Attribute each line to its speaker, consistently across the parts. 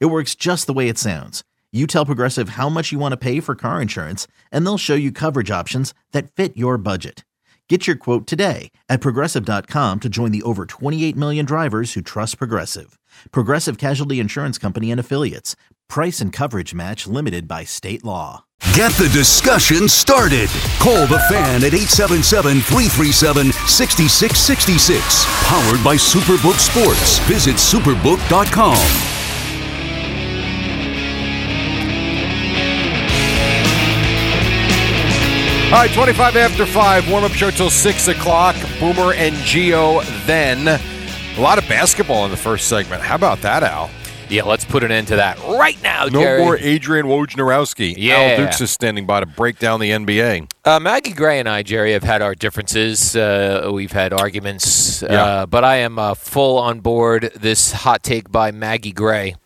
Speaker 1: It works just the way it sounds. You tell Progressive how much you want to pay for car insurance, and they'll show you coverage options that fit your budget. Get your quote today at progressive.com to join the over 28 million drivers who trust Progressive. Progressive Casualty Insurance Company and Affiliates. Price and coverage match limited by state law.
Speaker 2: Get the discussion started. Call the fan at 877 337 6666. Powered by Superbook Sports. Visit superbook.com.
Speaker 3: All right, 25 after 5, warm up show till 6 o'clock. Boomer and Geo then. A lot of basketball in the first segment. How about that, Al?
Speaker 4: Yeah, let's put an end to that right now,
Speaker 3: No
Speaker 4: Jerry.
Speaker 3: more Adrian Wojnarowski.
Speaker 4: Yeah.
Speaker 3: Al Dukes is standing by to break down the NBA.
Speaker 4: Uh, Maggie Gray and I, Jerry, have had our differences. Uh, we've had arguments,
Speaker 3: Yeah.
Speaker 4: uh, but I am uh, full on board this hot take by Maggie Gray.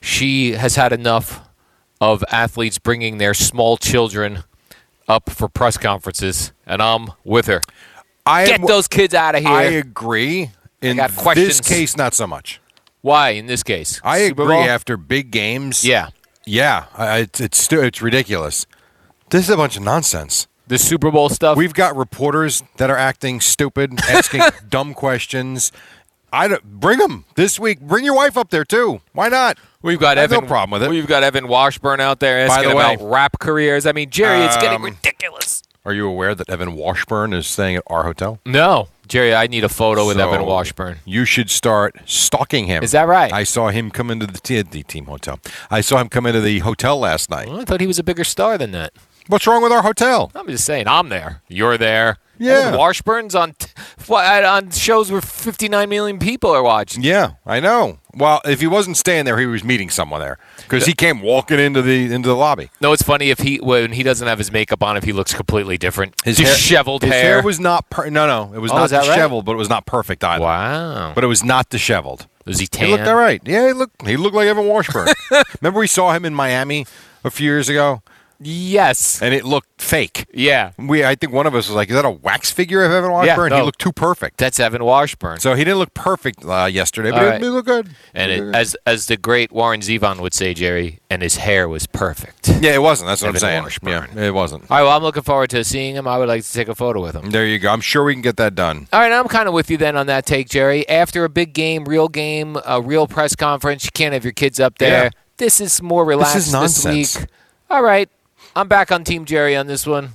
Speaker 4: She has had enough of athletes bringing their small children up for press conferences, and I'm with her.
Speaker 3: I
Speaker 4: Get those kids out of here.
Speaker 3: I agree. In
Speaker 4: got
Speaker 3: this
Speaker 4: questions.
Speaker 3: case, not so much.
Speaker 4: Why, in this case?
Speaker 3: I
Speaker 4: Super
Speaker 3: agree.
Speaker 4: Bowl?
Speaker 3: After big games,
Speaker 4: Yeah.
Speaker 3: yeah, I, it's it's stu- it's ridiculous. This is a bunch of nonsense.
Speaker 4: The Super Bowl stuff.
Speaker 3: We've got reporters that are acting stupid, asking dumb questions. I don't, bring them this week. Bring your wife up there too. Why not?
Speaker 4: We've got
Speaker 3: I have
Speaker 4: Evan.
Speaker 3: no problem with it.
Speaker 4: We've got Evan Washburn out there
Speaker 3: By
Speaker 4: asking
Speaker 3: the way-
Speaker 4: about rap careers. I mean, Jerry, it's getting
Speaker 3: Um,
Speaker 4: ridiculous.
Speaker 3: Are you aware that Evan Washburn is staying at our hotel?
Speaker 4: No, Jerry, I need a photo with
Speaker 3: So,
Speaker 4: Evan Washburn.
Speaker 3: You should start stalking him.
Speaker 4: Is that right?
Speaker 3: I saw him come into the, t- the team hotel. I saw him come into the hotel last night.
Speaker 4: Well, I thought he was a bigger star than that.
Speaker 3: What's wrong with our hotel?
Speaker 4: I'm just saying, I'm there. You're there.
Speaker 3: Yeah.
Speaker 4: Evan Washburn's on t- f- on shows where 59 million people are watching.
Speaker 3: Yeah, I know. Well, if he wasn't staying there, he was meeting someone there because he came walking into the into the lobby.
Speaker 4: No, it's funny if he when he doesn't have his makeup on, if he looks completely different. disheveled
Speaker 3: hair,
Speaker 4: hair.
Speaker 3: His hair was not per- no no. It was
Speaker 4: Oh,
Speaker 3: not
Speaker 4: is that right?
Speaker 3: disheveled, but it was not perfect either.
Speaker 4: wow.
Speaker 3: But it was not disheveled.
Speaker 4: Was he tan?
Speaker 3: He looked all right. Yeah, he looked he looked like Evan Washburn. Remember we saw him in Miami a few years ago,
Speaker 4: Yes.
Speaker 3: and it looked fake.
Speaker 4: Yeah.
Speaker 3: We I think one of us was like, is that a wax figure of Evan Washburn? He
Speaker 4: no.
Speaker 3: looked too perfect.
Speaker 4: That's Evan Washburn.
Speaker 3: So he didn't look perfect uh, yesterday, but
Speaker 4: All
Speaker 3: he-
Speaker 4: right.
Speaker 3: he looked good.
Speaker 4: and it, as as the great Warren Zevon would say, Jerry, and his hair was perfect.
Speaker 3: yeah, it wasn't. That's what
Speaker 4: Evan
Speaker 3: I'm saying.
Speaker 4: Washburn.
Speaker 3: Yeah, it wasn't.
Speaker 4: All right, well, I'm looking forward to seeing him. I would like to take a photo with him.
Speaker 3: There you go. I'm sure we can get that done.
Speaker 4: All right, I'm kind of with you then on that take, Jerry. After a big game, real game, a real press conference, you can't have your kids up there.
Speaker 3: Yeah.
Speaker 4: This is more relaxed
Speaker 3: is nonsense.
Speaker 4: week. All right, I'm back on Team Jerry on this one,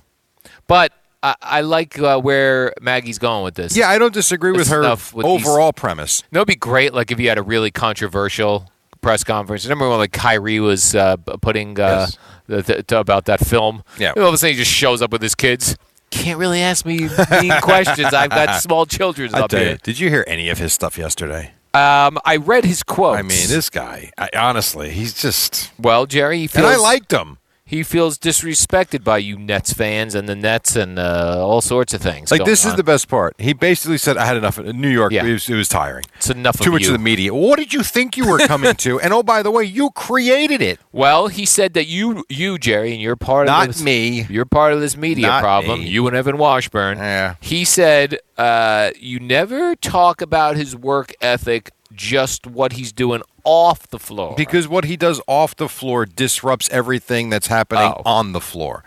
Speaker 4: but I, I like uh, where Maggie's going with this.
Speaker 3: Yeah, I don't disagree with
Speaker 4: This
Speaker 3: her
Speaker 4: stuff with these-
Speaker 3: overall premise.
Speaker 4: No, it'd be great. Like if you had a really controversial press conference. Remember when like Kyrie was uh, b- putting uh,
Speaker 3: Yes.
Speaker 4: th- th- th- about that film?
Speaker 3: Yeah.
Speaker 4: All of a sudden, he just shows up with his kids. Can't really ask me mean questions. I've got small children
Speaker 3: I
Speaker 4: up
Speaker 3: tell you,
Speaker 4: here.
Speaker 3: did you hear any of his stuff yesterday?
Speaker 4: Um, I read his quote.
Speaker 3: I mean, this guy. I, honestly, he's just.
Speaker 4: well, Jerry, he feels
Speaker 3: And I liked him.
Speaker 4: he feels disrespected by you Nets fans and the Nets and uh, all sorts of things.
Speaker 3: Like
Speaker 4: going
Speaker 3: this is
Speaker 4: on.
Speaker 3: the best part. He basically said, "I had enough." of New York,
Speaker 4: Yeah.
Speaker 3: it, was, it was tiring.
Speaker 4: It's enough
Speaker 3: Too
Speaker 4: of
Speaker 3: much
Speaker 4: you.
Speaker 3: of the media. What did you think you were coming to? And oh, by the way, you created it.
Speaker 4: Well, he said that you, you Jerry, and you're part
Speaker 3: Not
Speaker 4: of this,
Speaker 3: me.
Speaker 4: You're part of this media
Speaker 3: Not
Speaker 4: problem.
Speaker 3: me.
Speaker 4: You and Evan Washburn.
Speaker 3: Yeah.
Speaker 4: He said uh, you never talk about his work ethic, just what he's doing off the floor.
Speaker 3: Because what he does off the floor disrupts everything that's happening
Speaker 4: Oh.
Speaker 3: on the floor.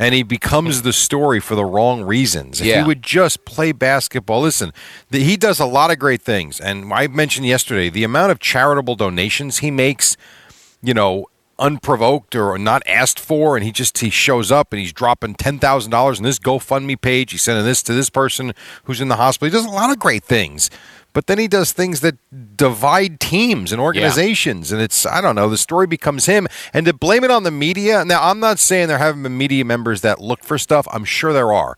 Speaker 3: And he becomes the story for the wrong reasons. If
Speaker 4: Yeah.
Speaker 3: he would just play basketball, listen, the, he does a lot of great things. And I mentioned yesterday the amount of charitable donations he makes, you know, unprovoked or not asked for. And he just he shows up and he's dropping $10,000 in this GoFundMe page. He's sending this to this person who's in the hospital. He does a lot of great things. But then he does things that divide teams and organizations organizations, and it's I don't know. The story becomes him, and to blame it on the media. Now I'm not saying there haven't been media members that look for stuff. I'm sure there are,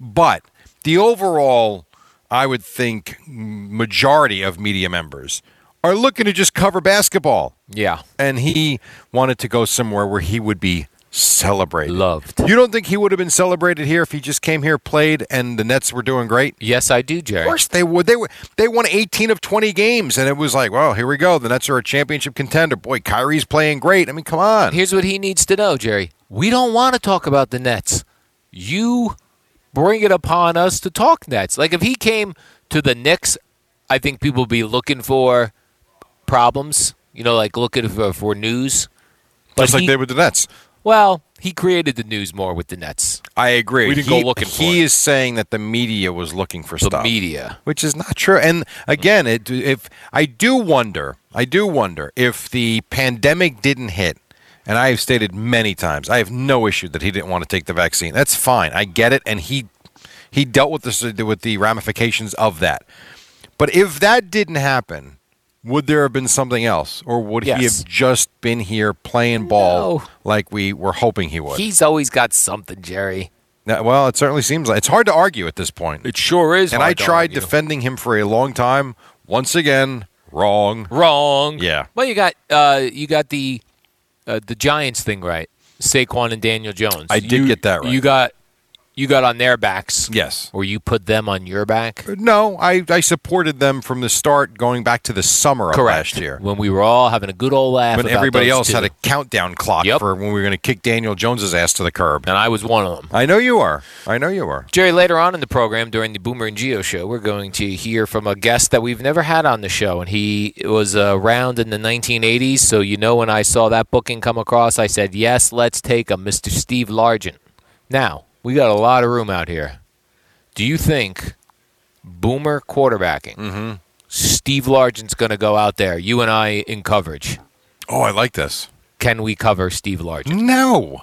Speaker 3: but the overall, I would think, majority of media members are looking to just cover basketball.
Speaker 4: Yeah.
Speaker 3: And he wanted to go somewhere where he would be celebrated.
Speaker 4: Loved.
Speaker 3: You don't think he would have been celebrated here if he just came here, played, and the Nets were doing great?
Speaker 4: Yes, I do,
Speaker 3: Of
Speaker 4: Jerry.
Speaker 3: course they would. They were they won 18 of 20 games, and it was like, well, here we go. The Nets are a championship contender. Boy, Kyrie's playing great. I mean, come on.
Speaker 4: Here's what he needs to know, Jerry. We don't want to talk about the Nets. You bring it upon us to talk Nets. Like if he came to the Knicks, I think people would be looking for problems. You know, like looking for, for news. But
Speaker 3: Just like
Speaker 4: he-
Speaker 3: they were the Nets.
Speaker 4: Well, he created the news more with the Nets.
Speaker 3: I agree.
Speaker 4: We didn't
Speaker 3: he,
Speaker 4: go looking for
Speaker 3: He
Speaker 4: it.
Speaker 3: is saying that the media was looking for
Speaker 4: The
Speaker 3: stuff.
Speaker 4: media.
Speaker 3: which is not true. And again, it, if I do wonder, I do wonder if the pandemic didn't hit. And I've stated many times, I have no issue that he didn't want to take the vaccine. That's fine. I get it, and he he dealt with the with the ramifications of that. But if that didn't happen, would there have been something else, or would he
Speaker 4: Yes.
Speaker 3: have just been here playing ball
Speaker 4: No.
Speaker 3: like we were hoping he would?
Speaker 4: He's always got something, Jerry.
Speaker 3: Now- well, it certainly seems like it's hard to argue at this point.
Speaker 4: It sure is.
Speaker 3: and I tried defending him for a long time. Once again, wrong.
Speaker 4: Wrong.
Speaker 3: Yeah.
Speaker 4: Well, you got uh, you got the uh, the Giants thing right. Saquon and Daniel Jones.
Speaker 3: I did
Speaker 4: You-
Speaker 3: get that right.
Speaker 4: You got you got on their backs.
Speaker 3: Yes.
Speaker 4: Or you put them on your back.
Speaker 3: No, I, I supported them from the start, going back to the summer of
Speaker 4: Correct.
Speaker 3: last year,
Speaker 4: When we were all having a good old laugh.
Speaker 3: when
Speaker 4: about
Speaker 3: everybody
Speaker 4: those
Speaker 3: else
Speaker 4: two.
Speaker 3: had a countdown clock
Speaker 4: Yep.
Speaker 3: for when we were going to kick Daniel Jones's ass to the curb.
Speaker 4: and I was one of them.
Speaker 3: I know you are. I know you are.
Speaker 4: Jerry, later on in the program during the Boomer and Geo show, we're going to hear from a guest that we've never had on the show, and he was around in the 1980s. So you know, when I saw that booking come across, I said, "Yes, let's take him, Mr. Steve Largent." Now we got a lot of room out here. Do you think Boomer quarterbacking?
Speaker 3: Mm-hmm.
Speaker 4: Steve Largent's going to go out there. You and I in coverage.
Speaker 3: Oh, I like this.
Speaker 4: Can we cover Steve Largent?
Speaker 3: No.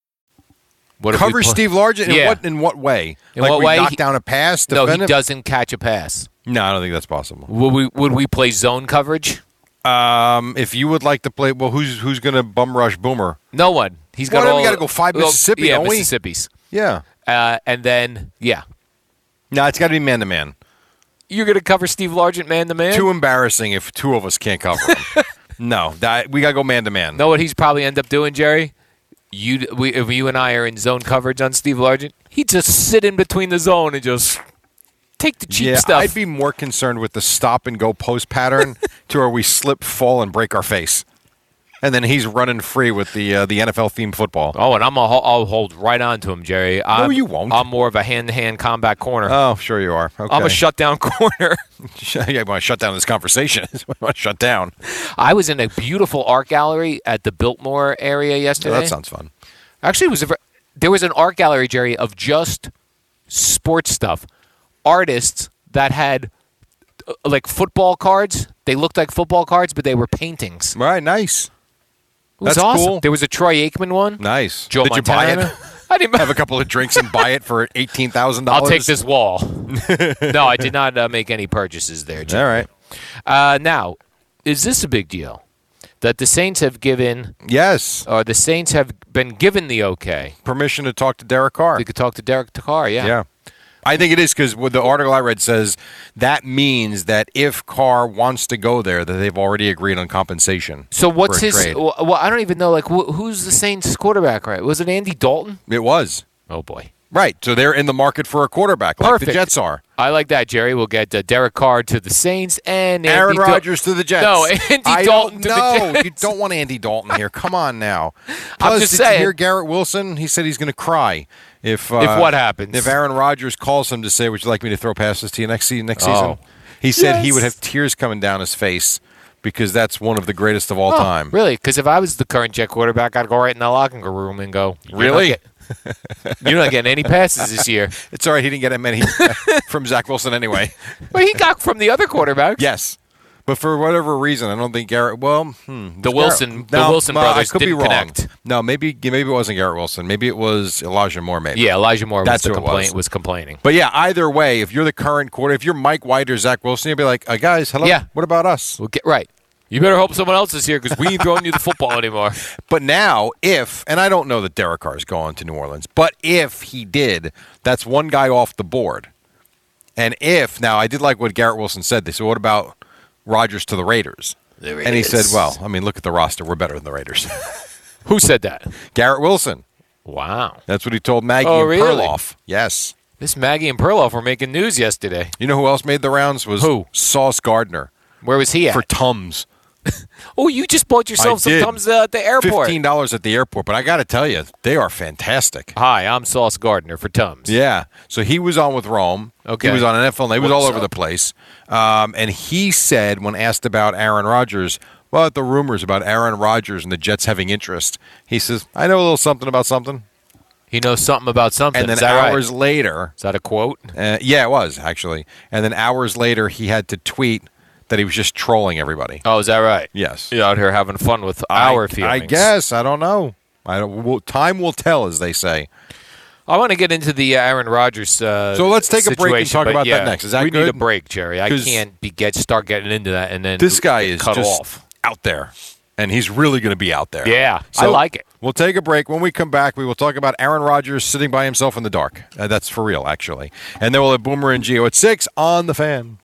Speaker 4: What if we
Speaker 3: Cover
Speaker 4: pl-
Speaker 3: Steve Largent in
Speaker 4: Yeah.
Speaker 3: what in what way?
Speaker 4: In
Speaker 3: like
Speaker 4: what
Speaker 3: we
Speaker 4: way?
Speaker 3: knock
Speaker 4: He-
Speaker 3: down a pass?
Speaker 4: No,
Speaker 3: defend
Speaker 4: he
Speaker 3: him?
Speaker 4: doesn't catch a pass.
Speaker 3: No, I don't think that's possible.
Speaker 4: Would we would we play zone coverage?
Speaker 3: Um, if you would like to play, well, who's who's going to bum rush Boomer?
Speaker 4: No one. He's
Speaker 3: Why
Speaker 4: got
Speaker 3: do
Speaker 4: all.
Speaker 3: we gotta go five
Speaker 4: well,
Speaker 3: Mississippi,
Speaker 4: Yeah,
Speaker 3: don't we?
Speaker 4: Mississippi's.
Speaker 3: Yeah.
Speaker 4: Uh, and then yeah,
Speaker 3: No, it's got to be man to man.
Speaker 4: you're gonna cover Steve Largent man to man.
Speaker 3: Too embarrassing if two of us can't cover him. no, that, we got to go man to man.
Speaker 4: Know what he's probably end up doing, Jerry? You we if you and I are in zone coverage on Steve Largent, he just sit in between the zone and just take the cheap
Speaker 3: yeah,
Speaker 4: stuff.
Speaker 3: I'd be more concerned with the stop and go post pattern to where we slip, fall, and break our face, and then he's running free with the uh, the NFL themed football.
Speaker 4: oh, and I'm a, ho- I'll hold right on to him, Jerry. I'm,
Speaker 3: you won't.
Speaker 4: I'm more of a hand to hand combat corner.
Speaker 3: Oh, sure you are. Okay.
Speaker 4: I'm a shutdown corner.
Speaker 3: yeah, I want to shut down this conversation. I want to shut down.
Speaker 4: I was in a beautiful art gallery at the Biltmore area yesterday.
Speaker 3: that sounds fun.
Speaker 4: Actually, it was a, ver- there was an art gallery, Jerry, of just sports stuff. Artists that had uh, like football cards. They looked like football cards, but they were paintings. It
Speaker 3: All right, nice,
Speaker 4: was
Speaker 3: That's
Speaker 4: awesome.
Speaker 3: cool.
Speaker 4: There was a Troy Aikman one.
Speaker 3: nice.
Speaker 4: Joe
Speaker 3: Did you buy
Speaker 4: Montana.
Speaker 3: it?
Speaker 4: I didn't.
Speaker 3: Have a couple of drinks and buy it for eighteen thousand dollars.
Speaker 4: I'll take this wall. no, I did not uh, make any purchases there, Jerry.
Speaker 3: All right.
Speaker 4: Uh, now, is this a big deal that the Saints have given
Speaker 3: Yes,
Speaker 4: or the Saints have been given the okay?
Speaker 3: permission to talk to Derek Carr.
Speaker 4: We could talk to Derek Takar. Yeah.
Speaker 3: Yeah. I think it is because the article I read says that means that if Carr wants to go there, that they've already agreed on compensation.
Speaker 4: So what's
Speaker 3: for a
Speaker 4: his?
Speaker 3: trade.
Speaker 4: Well, well, I don't even know. Like, wh- who's the Saints' quarterback? Right? Was it Andy Dalton?
Speaker 3: It was
Speaker 4: Oh boy,
Speaker 3: right. So they're in the market for a quarterback, like
Speaker 4: Perfect.
Speaker 3: the Jets are.
Speaker 4: I like that, Jerry. We'll get uh, Derek Carr to the Saints and
Speaker 3: Aaron
Speaker 4: Andy Dal-
Speaker 3: Rodgers to the Jets.
Speaker 4: No, Andy
Speaker 3: I
Speaker 4: Dalton to
Speaker 3: Don't,
Speaker 4: the
Speaker 3: no,
Speaker 4: Jets.
Speaker 3: you don't want Andy Dalton here. Come on now. Plus,
Speaker 4: just
Speaker 3: did you
Speaker 4: saying.
Speaker 3: hear Garrett Wilson? He said he's going to cry if uh,
Speaker 4: If what happens?
Speaker 3: If Aaron Rodgers calls him to say, "Would you like me to throw passes to you next season?" Next
Speaker 4: Oh.
Speaker 3: season, he said he
Speaker 4: Yes.
Speaker 3: would have tears coming down his face because that's one of the greatest of all
Speaker 4: Oh,
Speaker 3: time.
Speaker 4: Really? Because if I was the current Jet quarterback, I'd go right in the locker room and go, "You're not
Speaker 3: Really?
Speaker 4: get- You're not getting any passes this year."
Speaker 3: It's all right. He didn't get that many from Zach Wilson anyway.
Speaker 4: But he got from the other quarterback.
Speaker 3: Yes. But for whatever reason, I don't think Garrett. Well, hmm, was
Speaker 4: The Wilson- the Wilson brothers didn't connect.
Speaker 3: No, maybe maybe it wasn't Garrett Wilson. Maybe it was Elijah Moore. Maybe
Speaker 4: Yeah, Elijah Moore
Speaker 3: That's
Speaker 4: was the
Speaker 3: who it
Speaker 4: complaint
Speaker 3: was.
Speaker 4: was. complaining.
Speaker 3: But yeah, either way, if you're the current quarter, if you're Mike White or Zach Wilson, you'd be like, uh, guys, hello.
Speaker 4: Yeah.
Speaker 3: What about us?
Speaker 4: Well, get right. You better hope someone else is here because we ain't throwing you the football anymore.
Speaker 3: But now, if and I don't know that Derek Carr's gone to New Orleans, but if he did, that's one guy off the board. And if now I did like what Garrett Wilson said. They said, "What about Rodgers to the Raiders?"
Speaker 4: The
Speaker 3: And he said,
Speaker 4: Raiders.
Speaker 3: "Well, I mean, look at the roster. We're better than the Raiders."
Speaker 4: Who said that?
Speaker 3: Garrett Wilson.
Speaker 4: Wow.
Speaker 3: That's what he told Maggie
Speaker 4: Oh,
Speaker 3: and
Speaker 4: really?
Speaker 3: Perloff. Yes.
Speaker 4: This Maggie and Perloff were making news yesterday.
Speaker 3: You know who else made the rounds was
Speaker 4: Who?
Speaker 3: Sauce Gardner
Speaker 4: Where was he at?
Speaker 3: for Tums.
Speaker 4: oh, you just bought yourself some
Speaker 3: did.
Speaker 4: Tums uh, at the airport.
Speaker 3: Fifteen dollars at the airport, but I got to tell you, they are fantastic.
Speaker 4: Hi, I'm Sauce Gardner for Tums.
Speaker 3: Yeah. So he was on with Rome.
Speaker 4: Okay.
Speaker 3: He was on NFL. Night. He was all
Speaker 4: What's
Speaker 3: over
Speaker 4: up?
Speaker 3: the place. Um, and he said, when asked about Aaron Rodgers, well, the rumors about Aaron Rodgers and the Jets having interest, he says, "I know a little something about something."
Speaker 4: He knows something about something.
Speaker 3: And then
Speaker 4: Is that right?
Speaker 3: hours later,
Speaker 4: Is that a quote?
Speaker 3: uh, yeah, it was actually. And then hours later, he had to tweet that he was just trolling everybody.
Speaker 4: Oh, is that right?
Speaker 3: Yes.
Speaker 4: You're out here having fun with our
Speaker 3: I
Speaker 4: feelings.
Speaker 3: guess I don't know. I don't, well, time will tell, as they say.
Speaker 4: I want to get into the uh, Aaron Rodgers. Uh,
Speaker 3: So let's take a break and
Speaker 4: situation,
Speaker 3: talk
Speaker 4: but
Speaker 3: about that
Speaker 4: yeah,
Speaker 3: next. Is that
Speaker 4: we need
Speaker 3: good?
Speaker 4: a break, Jerry. I
Speaker 3: 'Cause
Speaker 4: can't be get start getting into that and then
Speaker 3: This guy
Speaker 4: get
Speaker 3: is
Speaker 4: cut
Speaker 3: just
Speaker 4: off.
Speaker 3: out there, and he's really going to be out there.
Speaker 4: Yeah, I like it.
Speaker 3: We'll take a break. When we come back, we will talk about Aaron Rodgers sitting by himself in the dark. Uh, that's for real, actually. And then we'll have Boomer and Geo at six on the fan.